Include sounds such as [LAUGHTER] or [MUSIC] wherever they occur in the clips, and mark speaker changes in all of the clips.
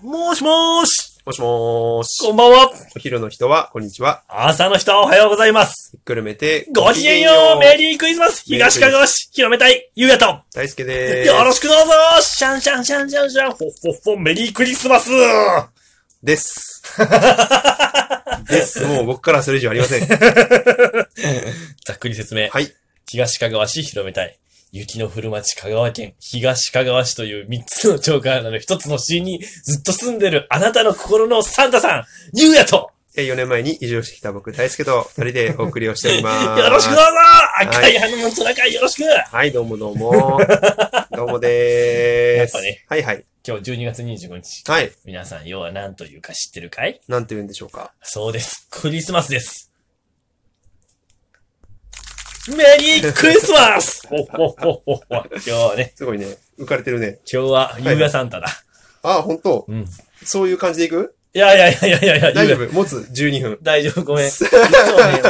Speaker 1: もしもーし
Speaker 2: もしもーし。
Speaker 1: こんばんは
Speaker 2: お昼の人は、こんにちは。
Speaker 1: 朝の人はおはようございます
Speaker 2: ひっくるめて、
Speaker 1: ごきげんようメリークリスマス
Speaker 2: メリーク
Speaker 1: 東
Speaker 2: リス
Speaker 1: かが市広めたいゆうやと
Speaker 2: 大輔でーす。
Speaker 1: よろしくどうぞシャンシャンシャンシャンシャンほっほっほメリークリスマス
Speaker 2: です。です。もう僕からそれ以上あり
Speaker 1: [LAUGHS]
Speaker 2: ません。
Speaker 1: ざっくり説明。
Speaker 2: はい。
Speaker 1: 東かがわ市広めたい。雪の降る町香川県東かがわ市という3つの町からなる1つの市にずっと住んでるあなたの心のサンタさんゆうやと
Speaker 2: え4年前に移住してきた僕、大輔と二人でお送りをしております。
Speaker 1: よろしくどうぞ赤い花のトナカイよろしく
Speaker 2: はい、どうもど
Speaker 1: [LAUGHS]
Speaker 2: うも。どうもでーす。
Speaker 1: やっぱね
Speaker 2: はいはい。
Speaker 1: 今日12月25日。
Speaker 2: はい。
Speaker 1: 皆さん、要は何というか知ってるかい
Speaker 2: なんて言うんでしょうか。
Speaker 1: そうです。クリスマスです。メリークリスマスほっほっほっほっほ今日はね、
Speaker 2: すごいね。浮かれてるね。
Speaker 1: 今日はゆうやサンタだ。
Speaker 2: あ、ほんと。
Speaker 1: うん。い
Speaker 2: そういう感じでいく
Speaker 1: やいやいやいやいや、
Speaker 2: 大
Speaker 1: ゆ
Speaker 2: 丈
Speaker 1: うや
Speaker 2: 夫。持つ12分。
Speaker 1: 大丈夫、ごめん。いつもね、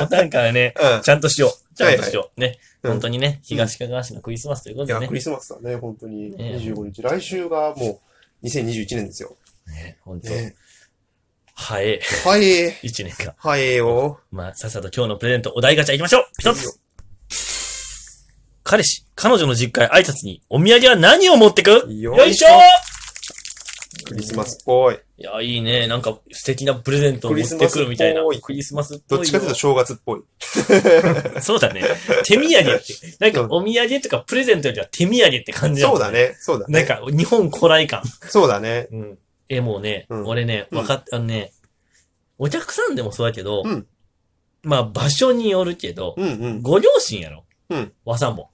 Speaker 1: おたんからね、
Speaker 2: う
Speaker 1: ちゃんとしよう。ちゃんとしよう。ね。
Speaker 2: うん
Speaker 1: 本当にね、東かがわ市のクリスマスというこ
Speaker 2: ん。い
Speaker 1: と
Speaker 2: や、
Speaker 1: で
Speaker 2: ク
Speaker 1: ね。
Speaker 2: リスマスだね、本当に。
Speaker 1: ええ
Speaker 2: 25日。来週がもう2021年ですよ。
Speaker 1: ね本当、
Speaker 2: ね
Speaker 1: 早い。
Speaker 2: はい。
Speaker 1: 一年か。
Speaker 2: はいよ。
Speaker 1: まあ、さっさと今日のプレゼント、お題ガチャ行きましょう一つ彼氏、彼女の実家へ挨拶に、お土産は何を持ってく
Speaker 2: よ
Speaker 1: よい
Speaker 2: い
Speaker 1: し
Speaker 2: し
Speaker 1: ょ
Speaker 2: ょクリスマスっぽい。
Speaker 1: いや、いいね。なんか素敵なプレゼントを持ってくるみたいな。ク
Speaker 2: ク
Speaker 1: リスマスっぽい
Speaker 2: どっちかというと正月っぽい。
Speaker 1: とそうだね。手土産
Speaker 2: [LAUGHS]
Speaker 1: って。なんかお土産とかプレゼントよりは手土産って感じ
Speaker 2: そうだ。ね。そうだ
Speaker 1: なん
Speaker 2: ね。
Speaker 1: か日本古来感。
Speaker 2: そうだね。
Speaker 1: うん。え、もうね、
Speaker 2: うん
Speaker 1: 俺ね、わかっ、あのね、お客さんでもそうやけど、
Speaker 2: うん
Speaker 1: まあ場所によるけど、
Speaker 2: うんうん。
Speaker 1: ご両親やろ。
Speaker 2: うん
Speaker 1: 和三盆。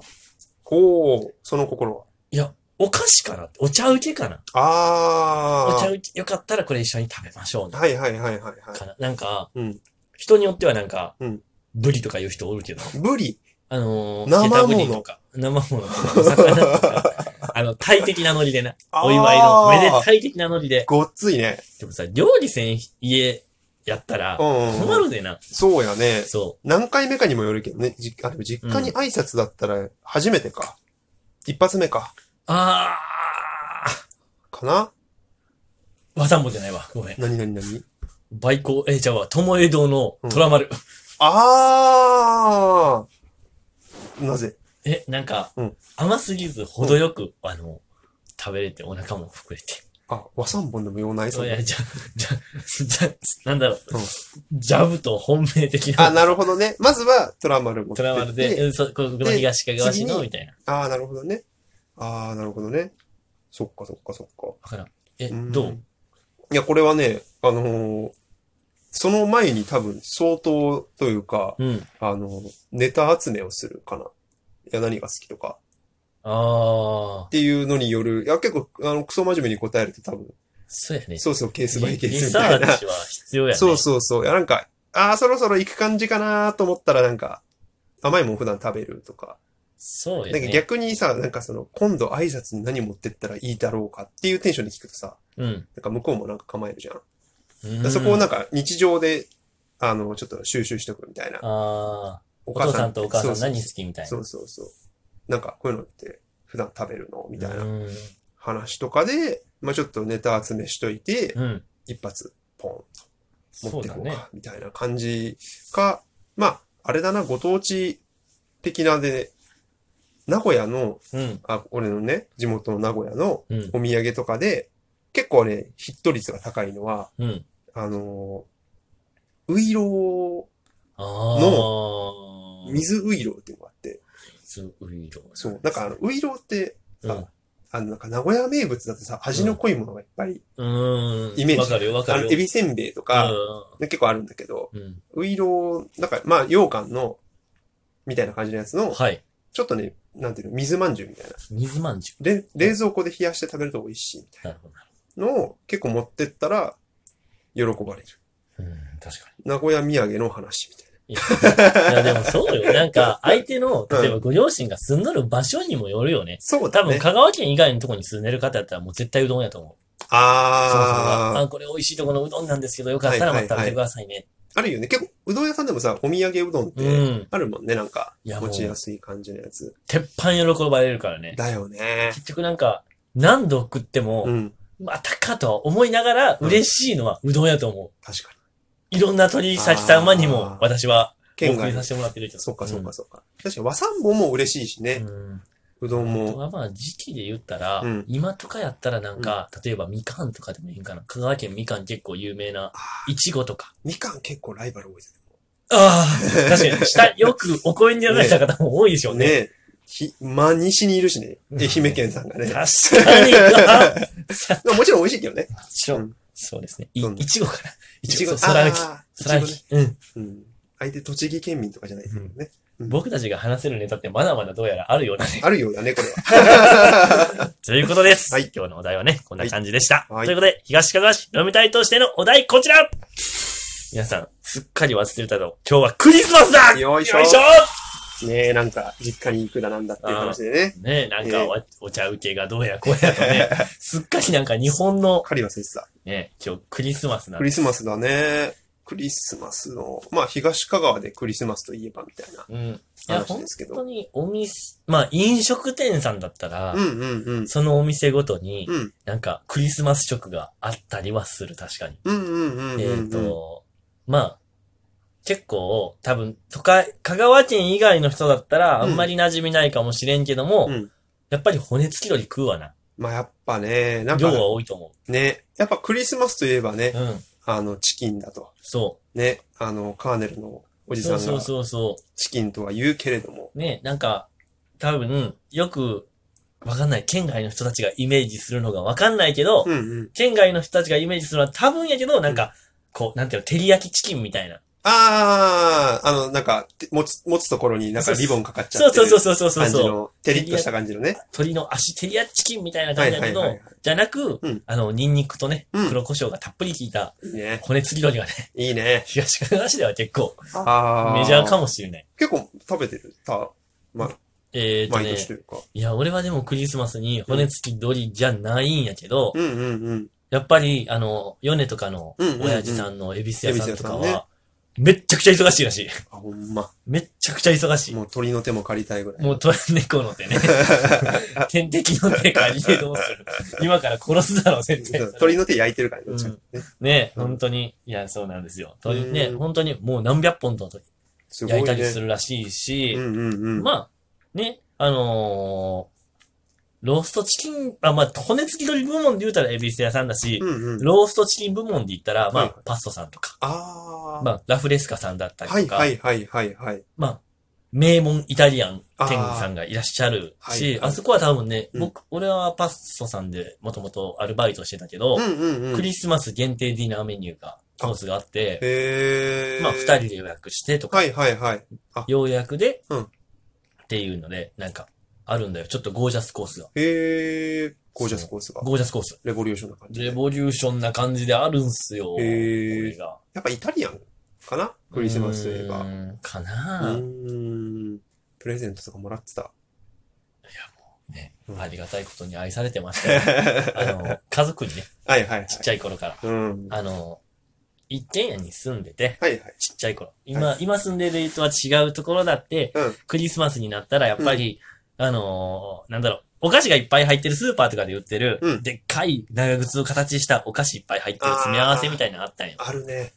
Speaker 2: ほう、その心は。
Speaker 1: いや、お菓子かなお茶受けかなお茶
Speaker 2: あ
Speaker 1: 受け、よかったらこれ一緒に食べましょうね
Speaker 2: ー。。はいはいはいはいは
Speaker 1: かな。なんか、
Speaker 2: うん
Speaker 1: 人によってはなんか、
Speaker 2: うん
Speaker 1: ブリとか言う人おるけど、
Speaker 2: い。ブリ。
Speaker 1: あのー、
Speaker 2: 生
Speaker 1: ケタブ
Speaker 2: もの
Speaker 1: リとか、生ものとか、魚とか、 [LAUGHS] あの、タイ的なノリでな、お祝い
Speaker 2: あ
Speaker 1: の、
Speaker 2: ー
Speaker 1: めでたい的なノリで。
Speaker 2: ごっついね。
Speaker 1: でもさ、料理せん家やったら、
Speaker 2: うん
Speaker 1: 困
Speaker 2: うんうん。
Speaker 1: るでな。
Speaker 2: そうやね。
Speaker 1: そ
Speaker 2: 何回目かにもよるけどね。じあ、でも実家に挨拶だったら初めてか。一発目か。
Speaker 1: う。あ
Speaker 2: かな
Speaker 1: ー、和三盆じゃないわ。ごめん。
Speaker 2: なになになに
Speaker 1: バイえ、じゃあ、ともえ堂の虎丸。
Speaker 2: あーなぜ
Speaker 1: え、なんか、
Speaker 2: うん
Speaker 1: 甘すぎず程よく、あの、食べれてお腹も膨れて。
Speaker 2: あ、和三本でも用ないそ
Speaker 1: そううい
Speaker 2: な
Speaker 1: や、じゃ、じゃ、じゃ、なんだろう
Speaker 2: う。
Speaker 1: ジャブと本命的
Speaker 2: あ、
Speaker 1: な。
Speaker 2: なるほどね。まずは、トラマル持って
Speaker 1: ト
Speaker 2: って。
Speaker 1: ラマルで、うん、そう、ここの
Speaker 2: で
Speaker 1: 東かがわ市
Speaker 2: 次
Speaker 1: の、
Speaker 2: に
Speaker 1: みたいな。
Speaker 2: ああ、なるほどね。ああ、なるほどね。そっかそっかそっか。
Speaker 1: わからん。え、
Speaker 2: うん
Speaker 1: どう
Speaker 2: いや、これはね、あのーその前に多分相当というか、
Speaker 1: うん。
Speaker 2: あのーネタ集めをするかな。いや、何が好きとか。
Speaker 1: ああ
Speaker 2: っ、ていうのによる。いや、結構、あの、クソ真面目に答えると多分、
Speaker 1: そうやね。
Speaker 2: そうそう、ケースバイケー
Speaker 1: リ
Speaker 2: スみ
Speaker 1: サ
Speaker 2: たいな
Speaker 1: ー。チは必要やね。
Speaker 2: そうそうそう。いや、なんか、ああ、そろそろ行く感じかなと思ったら、なんか、甘いもん普段食べるとか。
Speaker 1: そうや
Speaker 2: なんか
Speaker 1: ね。
Speaker 2: 逆にさ、なんかその、今度挨拶に何持ってったらいいだろうかっていうテンションで聞くとさ、
Speaker 1: うん。
Speaker 2: なんか向こうもなんか構えるじゃん。だか
Speaker 1: う
Speaker 2: ら
Speaker 1: ん
Speaker 2: そこをなんか日常で、あの、ちょっと収集しとくみたいな。
Speaker 1: ああ、
Speaker 2: お
Speaker 1: お父さんとお母さん
Speaker 2: そうそう
Speaker 1: 何好きみたいな。
Speaker 2: そうそうそう。なんかこういうのって普段食べるのみたいな
Speaker 1: うん。
Speaker 2: 話とかで、まあちょっとネタ集めしといて、
Speaker 1: うん。
Speaker 2: 一発ポン持
Speaker 1: そ
Speaker 2: っ
Speaker 1: う
Speaker 2: て
Speaker 1: だ
Speaker 2: こう
Speaker 1: ね。
Speaker 2: か、みたいな感じか、まあ、あれだな、ご当地的なで、名古屋の、
Speaker 1: うん。
Speaker 2: あ、俺のね、地元の名古屋の
Speaker 1: うん。
Speaker 2: お土産とかで、結構ね、ヒット率が高いのは、
Speaker 1: うん。
Speaker 2: あのー、ウイロ
Speaker 1: ああ。
Speaker 2: ー、
Speaker 1: の
Speaker 2: 水ウイローっていうのがあって、
Speaker 1: 水ウイロ。
Speaker 2: そう、なんかあの、ウイローって、
Speaker 1: う
Speaker 2: さ、
Speaker 1: ん。
Speaker 2: あの、なんか名古屋名物だとさ、味の濃いものがいっぱい、
Speaker 1: うん。
Speaker 2: イメージ
Speaker 1: わかるよ、わか
Speaker 2: あ
Speaker 1: る
Speaker 2: の、
Speaker 1: よ。
Speaker 2: エビせんべいとか、ね結構あるんだけど、
Speaker 1: うん。うん。
Speaker 2: ウイロー、なんか、まあ、羊羹の、みたいな感じのやつの、
Speaker 1: はい。
Speaker 2: ちょっとね、なんていうの、水まんじゅうみたいな。
Speaker 1: 水まんじゅ。
Speaker 2: れ冷蔵庫で冷やして食べると美味しいみたい
Speaker 1: な
Speaker 2: う
Speaker 1: るほど。
Speaker 2: なのを結構持ってったら、喜ばれる。
Speaker 1: うん、確か
Speaker 2: 名古屋土産の話みたい
Speaker 1: に。いや、でもそうよ。なんか、相手の、例えばご両親が住んどる場所にもよるよね。
Speaker 2: な。そう
Speaker 1: 多
Speaker 2: だ
Speaker 1: 分、
Speaker 2: ね。
Speaker 1: 香川県以外のとこに住んでる方やったら、もう絶対うどんやと思う。そもそもが
Speaker 2: ああ
Speaker 1: あ、これ美味しいとこのうどんなんですけど、よかったらまた食べてくださいね。
Speaker 2: あるよね。結構、うどん屋さんでもさ、お土産うどんっ
Speaker 1: う
Speaker 2: て、
Speaker 1: ん。
Speaker 2: あるもんね、なんか
Speaker 1: いや、もう
Speaker 2: 持ちやすい感じのやつ。
Speaker 1: 鉄板喜ばれるからね。
Speaker 2: だよね。
Speaker 1: 結局なんか、何度食っても、
Speaker 2: うん。
Speaker 1: またかと思いながら、
Speaker 2: うん
Speaker 1: 嬉しいのはうどんやと思う。
Speaker 2: 確かに。
Speaker 1: いろんな鳥先様にも
Speaker 2: あ、ー
Speaker 1: 私は、
Speaker 2: 県
Speaker 1: 送りさ。
Speaker 2: 外
Speaker 1: せてもらってるけど。
Speaker 2: そうか、そうか、
Speaker 1: ん。
Speaker 2: そうか。確かに和三盆も嬉しいしね。
Speaker 1: うん
Speaker 2: うどん
Speaker 1: あと
Speaker 2: も。
Speaker 1: はまあ時期で言ったら、
Speaker 2: うん
Speaker 1: 今とかやったらなんか、例えばみかんとかでもいいんかな。香川県みかん結構有名な、
Speaker 2: あ
Speaker 1: いちごとか。
Speaker 2: みかん結構ライバル多いです
Speaker 1: ああ、確かに。
Speaker 2: [LAUGHS]
Speaker 1: 下、よくお声になられた方も多いでしょ
Speaker 2: よ
Speaker 1: う
Speaker 2: ね。
Speaker 1: ね。
Speaker 2: ねひ、真西にいるしね。
Speaker 1: うん
Speaker 2: 愛媛県さんがね。 [LAUGHS]
Speaker 1: 確かに。あー
Speaker 2: まあもちろん美味しいけ
Speaker 1: [LAUGHS]
Speaker 2: どね。
Speaker 1: もちろ。
Speaker 2: うん
Speaker 1: そうですね。い
Speaker 2: どんない
Speaker 1: ちごから。い
Speaker 2: い
Speaker 1: ち
Speaker 2: ち
Speaker 1: ご、
Speaker 2: ご、
Speaker 1: そう空き。
Speaker 2: あー
Speaker 1: 空
Speaker 2: いち
Speaker 1: き。うん。
Speaker 2: ごね。うん。相手栃木県民とかじゃないですもんね。
Speaker 1: 僕たちが話せるネタってまだまだどうやらあるようなね。
Speaker 2: あるようだね、これ
Speaker 1: [LAUGHS]
Speaker 2: は。
Speaker 1: ということです。
Speaker 2: はい
Speaker 1: 今日のお題はね、こんな感じでした。
Speaker 2: はい
Speaker 1: ということで、東かがわ市飲みたいとしてのお題、こちら皆さん、すっかり忘れたの。今日はクリスマスだ
Speaker 2: よいしょ
Speaker 1: よいし
Speaker 2: ねえ、なんか、実家に行くだなんだっていう話でね。
Speaker 1: ょねえ、なん
Speaker 2: え
Speaker 1: か
Speaker 2: え
Speaker 1: お,、お茶受けがどうやこうやと
Speaker 2: [LAUGHS]
Speaker 1: ね、すっかりなんか日本の、
Speaker 2: カリバ先生だ。
Speaker 1: ね、今日クリスマスなん
Speaker 2: ク
Speaker 1: で
Speaker 2: リ
Speaker 1: す。
Speaker 2: スマスだね。クリスマスの、まあ、東香川でクリスマスといえばみたいな
Speaker 1: うん。いや、
Speaker 2: 話
Speaker 1: 本
Speaker 2: ですけ
Speaker 1: 当
Speaker 2: ど。
Speaker 1: にお店、まあ飲食店さんだったら、
Speaker 2: うんうんうん。
Speaker 1: そのお店ごとに、
Speaker 2: うん
Speaker 1: なんかクリスマス食があったりはする、確かに。
Speaker 2: うんうんうんうんうん。
Speaker 1: えっ、と、まあ、結構、多分、都会、香川県以外の人だったら、あ
Speaker 2: うん
Speaker 1: んまり馴染みないかもしれんけども、
Speaker 2: うん
Speaker 1: やっぱり骨付き鳥食うわな。
Speaker 2: まあやっぱね、なん
Speaker 1: 量は
Speaker 2: か
Speaker 1: 多いと思
Speaker 2: ね、やっぱクリスマスといえばね
Speaker 1: う。、うん。
Speaker 2: あのチキンだと。
Speaker 1: そ
Speaker 2: ね、あのカーネルのお
Speaker 1: う。
Speaker 2: じ
Speaker 1: そ
Speaker 2: さ
Speaker 1: うんそう
Speaker 2: が
Speaker 1: そうそ
Speaker 2: チキンとは言うけれども、
Speaker 1: う。ね、なんか、多分、よく、わかんない。県外の人たちがイメージするのがわかんないけど、
Speaker 2: うんうん。
Speaker 1: 県外の人たちがイメージするのは多分やけど、なんか、こう、なんていうの、照り焼きチキンみたいな。
Speaker 2: ああ、あの、なんか、て持つ、持つところになんかリボンかかっちゃ
Speaker 1: そう
Speaker 2: って
Speaker 1: そう
Speaker 2: る
Speaker 1: そうそうそうそう
Speaker 2: 感じの、テリッとした感じのね。
Speaker 1: 鳥の足照り焼きチキンみたいな
Speaker 2: は
Speaker 1: 感
Speaker 2: い
Speaker 1: じだ
Speaker 2: は
Speaker 1: け
Speaker 2: い
Speaker 1: ど、
Speaker 2: はいはい。
Speaker 1: じゃなく、
Speaker 2: うん
Speaker 1: あの、ニンニクとね、
Speaker 2: うん
Speaker 1: 黒胡椒がたっぷり効いた
Speaker 2: いいね。
Speaker 1: 骨付き鳥がね、
Speaker 2: いいね。
Speaker 1: 東かがわ市では結構
Speaker 2: あ
Speaker 1: メジャーか
Speaker 2: も。
Speaker 1: もしれない。
Speaker 2: 結構食べてる。た、
Speaker 1: えー、と
Speaker 2: 毎
Speaker 1: ね
Speaker 2: 年、というか。
Speaker 1: いや、俺はでもクリスマスに骨付き鳥じゃないんやけど、
Speaker 2: うんうんうん。
Speaker 1: やっぱり、あの、ヨネとかの
Speaker 2: うんうんうん
Speaker 1: 親父さんのエビス屋さんとか
Speaker 2: 恵比寿屋さ
Speaker 1: は、めっちゃくちゃ忙しいらしい。
Speaker 2: あ、ほんま。
Speaker 1: めっちゃくちゃ忙しい。
Speaker 2: もう鳥の手も借りたいぐらい。
Speaker 1: もう鳥猫の手
Speaker 2: [LAUGHS]
Speaker 1: ね、天敵の手借りてどうする今から殺すだろ、絶対。
Speaker 2: [LAUGHS] 鳥の手焼いてるからね。
Speaker 1: うん
Speaker 2: どっちかってね
Speaker 1: ね、
Speaker 2: うん
Speaker 1: 本当に、いや、そうなんですよ。鳥
Speaker 2: うん
Speaker 1: ね、本当にもう何百本と
Speaker 2: すごい
Speaker 1: 焼
Speaker 2: ね。
Speaker 1: いたりするらしいし、
Speaker 2: うんうんうん。
Speaker 1: まあ、ね、あのーローストチキン、あ、まあ、骨付き鳥部門で言うたらエビス屋さんだし、
Speaker 2: うんうん。
Speaker 1: ローストチキン部門で言ったら、まあ、
Speaker 2: はい
Speaker 1: パストさんとか、
Speaker 2: ああ。
Speaker 1: まあ、ラフレスカさんだったり
Speaker 2: はい
Speaker 1: とか、
Speaker 2: はいはいはいはい。
Speaker 1: まあ、名門イタリアン店員さんがいらっしゃる
Speaker 2: あーはい
Speaker 1: し、あ,、
Speaker 2: はい
Speaker 1: そこは多分ね、
Speaker 2: うん
Speaker 1: 僕、俺はパストさんでもともとアルバイトしてたけど、
Speaker 2: うんうんう
Speaker 1: ク
Speaker 2: ん。へ
Speaker 1: リスマス限定ディナーメニューが、コースがあって、
Speaker 2: え。
Speaker 1: まあ、二人で予約してとか、
Speaker 2: はいはいはい。
Speaker 1: ようやくで、
Speaker 2: うん
Speaker 1: っていうので、なんか、あるんだよ。ちょっとゴージャスコースが。
Speaker 2: へえ。ゴージャスコースが。
Speaker 1: ゴージャスコース。
Speaker 2: レボリューションな感じ。
Speaker 1: レボリューションな感じであるんすよ。
Speaker 2: へー
Speaker 1: これが。
Speaker 2: やっぱイタリアンかなクリスマスといえ
Speaker 1: う
Speaker 2: ば。う
Speaker 1: ーん。かなぁ、
Speaker 2: ーん。プレゼントとかもらってた。 [LAUGHS]
Speaker 1: ね
Speaker 2: うん
Speaker 1: ありがたいことに愛されてま
Speaker 2: [LAUGHS]
Speaker 1: したよあの、家族にね、
Speaker 2: はいはいはい。
Speaker 1: ちっちゃい頃から。
Speaker 2: うん。は
Speaker 1: あの、一軒家に住んでて、
Speaker 2: いはい。
Speaker 1: ちっちゃい頃。今、今住んでるとは違うところだって、
Speaker 2: うん
Speaker 1: クリスマスになったらやっぱり、あのーなんだろう、お菓子がいっぱい入ってるスーパーとかで売ってる、
Speaker 2: うん
Speaker 1: でっかい長靴の形したお菓子いっぱい入ってる詰め合わせみたいなのあったんよ。あ
Speaker 2: あるね。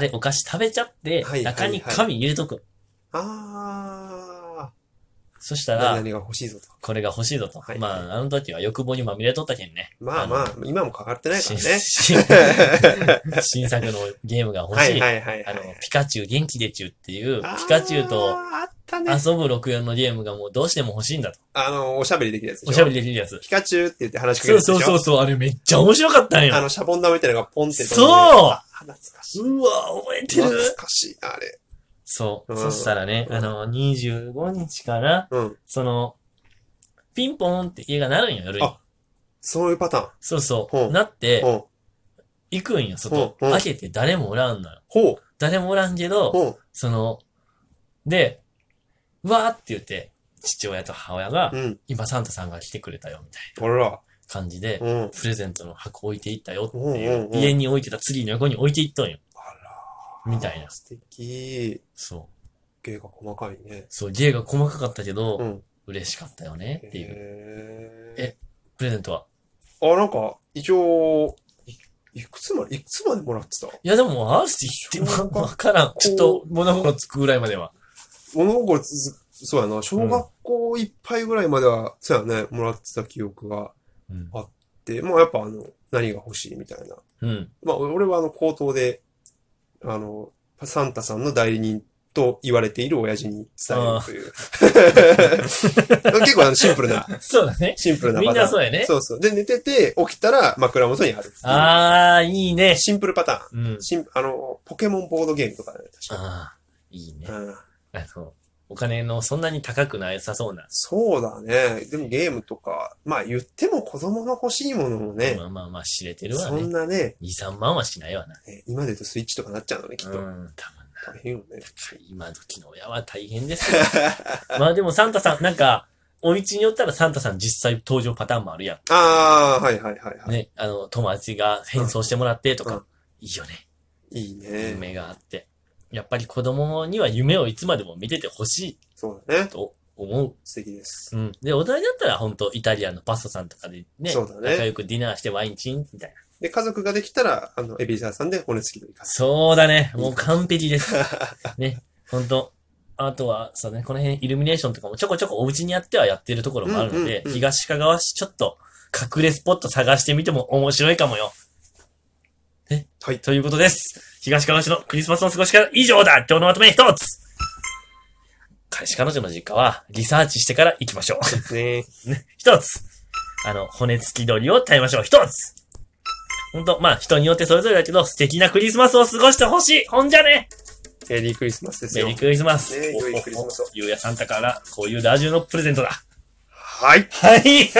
Speaker 1: れお菓子食べちゃって、
Speaker 2: はい
Speaker 1: 中に
Speaker 2: はいはい
Speaker 1: 紙入れとく。
Speaker 2: あ
Speaker 1: そし
Speaker 2: ー。
Speaker 1: たら、
Speaker 2: 何が欲しいぞと。
Speaker 1: これが欲しいぞと。
Speaker 2: はい
Speaker 1: まあ、あの時は欲望にまみれとったけんね。
Speaker 2: まあまあ、今も変わってないからね。 [LAUGHS]
Speaker 1: 新新作のゲームが欲
Speaker 2: は
Speaker 1: し
Speaker 2: い
Speaker 1: い。
Speaker 2: はいはいは
Speaker 1: あ
Speaker 2: い
Speaker 1: の。、ピカチュウ元気でちゅうっていう、
Speaker 2: あー
Speaker 1: ピカチュウと
Speaker 2: あったね。
Speaker 1: 遊ぶ64のゲームがもうどうしても欲しいんだと。
Speaker 2: あの、おしゃべりできるやつでしょ。
Speaker 1: おしゃべりできるやつ。
Speaker 2: ピカチュウって言って話しかけ
Speaker 1: そ
Speaker 2: る
Speaker 1: う
Speaker 2: や
Speaker 1: そ
Speaker 2: つでしょ
Speaker 1: うそううそう、あれめっちゃ面白かったん
Speaker 2: あ
Speaker 1: よ。
Speaker 2: の、シャボン玉みたいなのがポンって飛んで
Speaker 1: そう
Speaker 2: あ懐かしい。
Speaker 1: うわ、覚えてる
Speaker 2: 懐かしいな、あれ。
Speaker 1: そう。
Speaker 2: うん
Speaker 1: そしたらね、
Speaker 2: うん
Speaker 1: あの、25日かな、
Speaker 2: うん。
Speaker 1: その、ピンポーンって家が鳴るんよ、夜に
Speaker 2: あ。そういうパタ
Speaker 1: そうそ
Speaker 2: ほ
Speaker 1: う。
Speaker 2: う
Speaker 1: なって
Speaker 2: ーン。、うん。
Speaker 1: 行くんよ、外。
Speaker 2: うんうん
Speaker 1: 開けて誰もおらんのよ。
Speaker 2: ほう。
Speaker 1: 誰もおらんけど、
Speaker 2: ほ
Speaker 1: その、で、うわーって言って、父親と母親が
Speaker 2: う。、うん。
Speaker 1: 今サンタさんが来てくれたよ、みたい
Speaker 2: あら。
Speaker 1: な感じで
Speaker 2: う、ん。
Speaker 1: プレゼントの箱置いていったよってい
Speaker 2: うん
Speaker 1: う
Speaker 2: う、んうん
Speaker 1: 家に置いてたツリーの横に置いていっとんよ、
Speaker 2: あら。
Speaker 1: みたいな。
Speaker 2: 素敵。
Speaker 1: そう。
Speaker 2: 芸が細かいね。
Speaker 1: そう、芸が細かかったけど、
Speaker 2: うん。
Speaker 1: 嬉しかったよね、っていう。
Speaker 2: へー
Speaker 1: えプレゼントは、
Speaker 2: あ、なんか、一応、いいくつまで、いくつまでもらってた
Speaker 1: いや、でも、アースティって、
Speaker 2: 小学
Speaker 1: まあ、わからん。ちょっと、物心つくぐらいまでは。
Speaker 2: 物心つづそうやな、小学校いっぱいぐらいまでは、そうやね、もらってた記憶があ
Speaker 1: うん。
Speaker 2: って、もうやっぱあの、何が欲しいみたいな。
Speaker 1: うん。
Speaker 2: まあ、俺はあの、口頭で、あの、サンタさんの代理人と言われている親父に伝えるという。 [LAUGHS] 結構あの、シンプルな、
Speaker 1: そうだね。
Speaker 2: シンプルな
Speaker 1: み
Speaker 2: パ
Speaker 1: ん
Speaker 2: ター
Speaker 1: な
Speaker 2: ン。
Speaker 1: そうやね。
Speaker 2: そうそう。で、寝てて、起きたら枕元にある。
Speaker 1: あー、いいね。
Speaker 2: シンプルパターン。
Speaker 1: うん。
Speaker 2: シンあの、ポケモンボードゲームとかだね、確か
Speaker 1: あー、いいね。
Speaker 2: うん
Speaker 1: あの、お金のそんなに高くなさそうな。
Speaker 2: そうだね。でもゲームとか、まあ言っても子供が欲しいものもね、
Speaker 1: まあまあまあ、知れてるわ
Speaker 2: そ
Speaker 1: ね
Speaker 2: ん。なね、
Speaker 1: 2、3万はしないわな。
Speaker 2: え今で言うとスイッチとかなっちゃうのね、き
Speaker 1: う
Speaker 2: っ
Speaker 1: ん、
Speaker 2: と。
Speaker 1: 多
Speaker 2: 大
Speaker 1: 分
Speaker 2: 変よね。
Speaker 1: 今時の親は大変ですよ。 [LAUGHS] まあでもサンタさん、なんか、お家によったらサンタさん実際登場パターンもあるや
Speaker 2: ああ、はいはいはい
Speaker 1: ん。
Speaker 2: はい。
Speaker 1: ね、あの、友達が変装してもらってと
Speaker 2: うん
Speaker 1: か、いいよね。
Speaker 2: いいね。
Speaker 1: 夢があって。やっぱり子供には夢をいつまでも見ててほしい
Speaker 2: そうだね。
Speaker 1: と思
Speaker 2: 素敵です。
Speaker 1: う。うん。で、大人だったら本当イタリアンのパスタさんとかでね、
Speaker 2: そうだね
Speaker 1: 仲良くディナーしてワインチンみたいな。
Speaker 2: で、家族ができたら、あの、エビザーさんで骨付き鳥かす。
Speaker 1: そうだね。もう完璧
Speaker 2: [LAUGHS]
Speaker 1: です。ね、本当あとは、そうね、この辺イルミネーションとかもちょこちょこお家にやってはやってるところもあるので、
Speaker 2: うんうんうん
Speaker 1: 東かがわ市ちょっと隠れスポット探してみても面白いかもよ。ね。
Speaker 2: はい
Speaker 1: ということです。東かがわ市のクリスマスの過ごし方以上だ今日のまとめ一つ彼氏彼女の実家はリサーチしてから行きましょう。 [LAUGHS]
Speaker 2: ね
Speaker 1: 一つ。あの、骨付き鳥を食べましょう。一つ。ほんと、まあ人によってそれぞれだけど、素敵なクリスマスを過ごしてほしいほんじゃね
Speaker 2: メリークリスマスです
Speaker 1: メ
Speaker 2: よ
Speaker 1: リー。クリスマス。
Speaker 2: ね良いクリスマスを
Speaker 1: おおおゆうやさんたから、こういうラジオのプレゼントだ。
Speaker 2: はい。
Speaker 1: はい。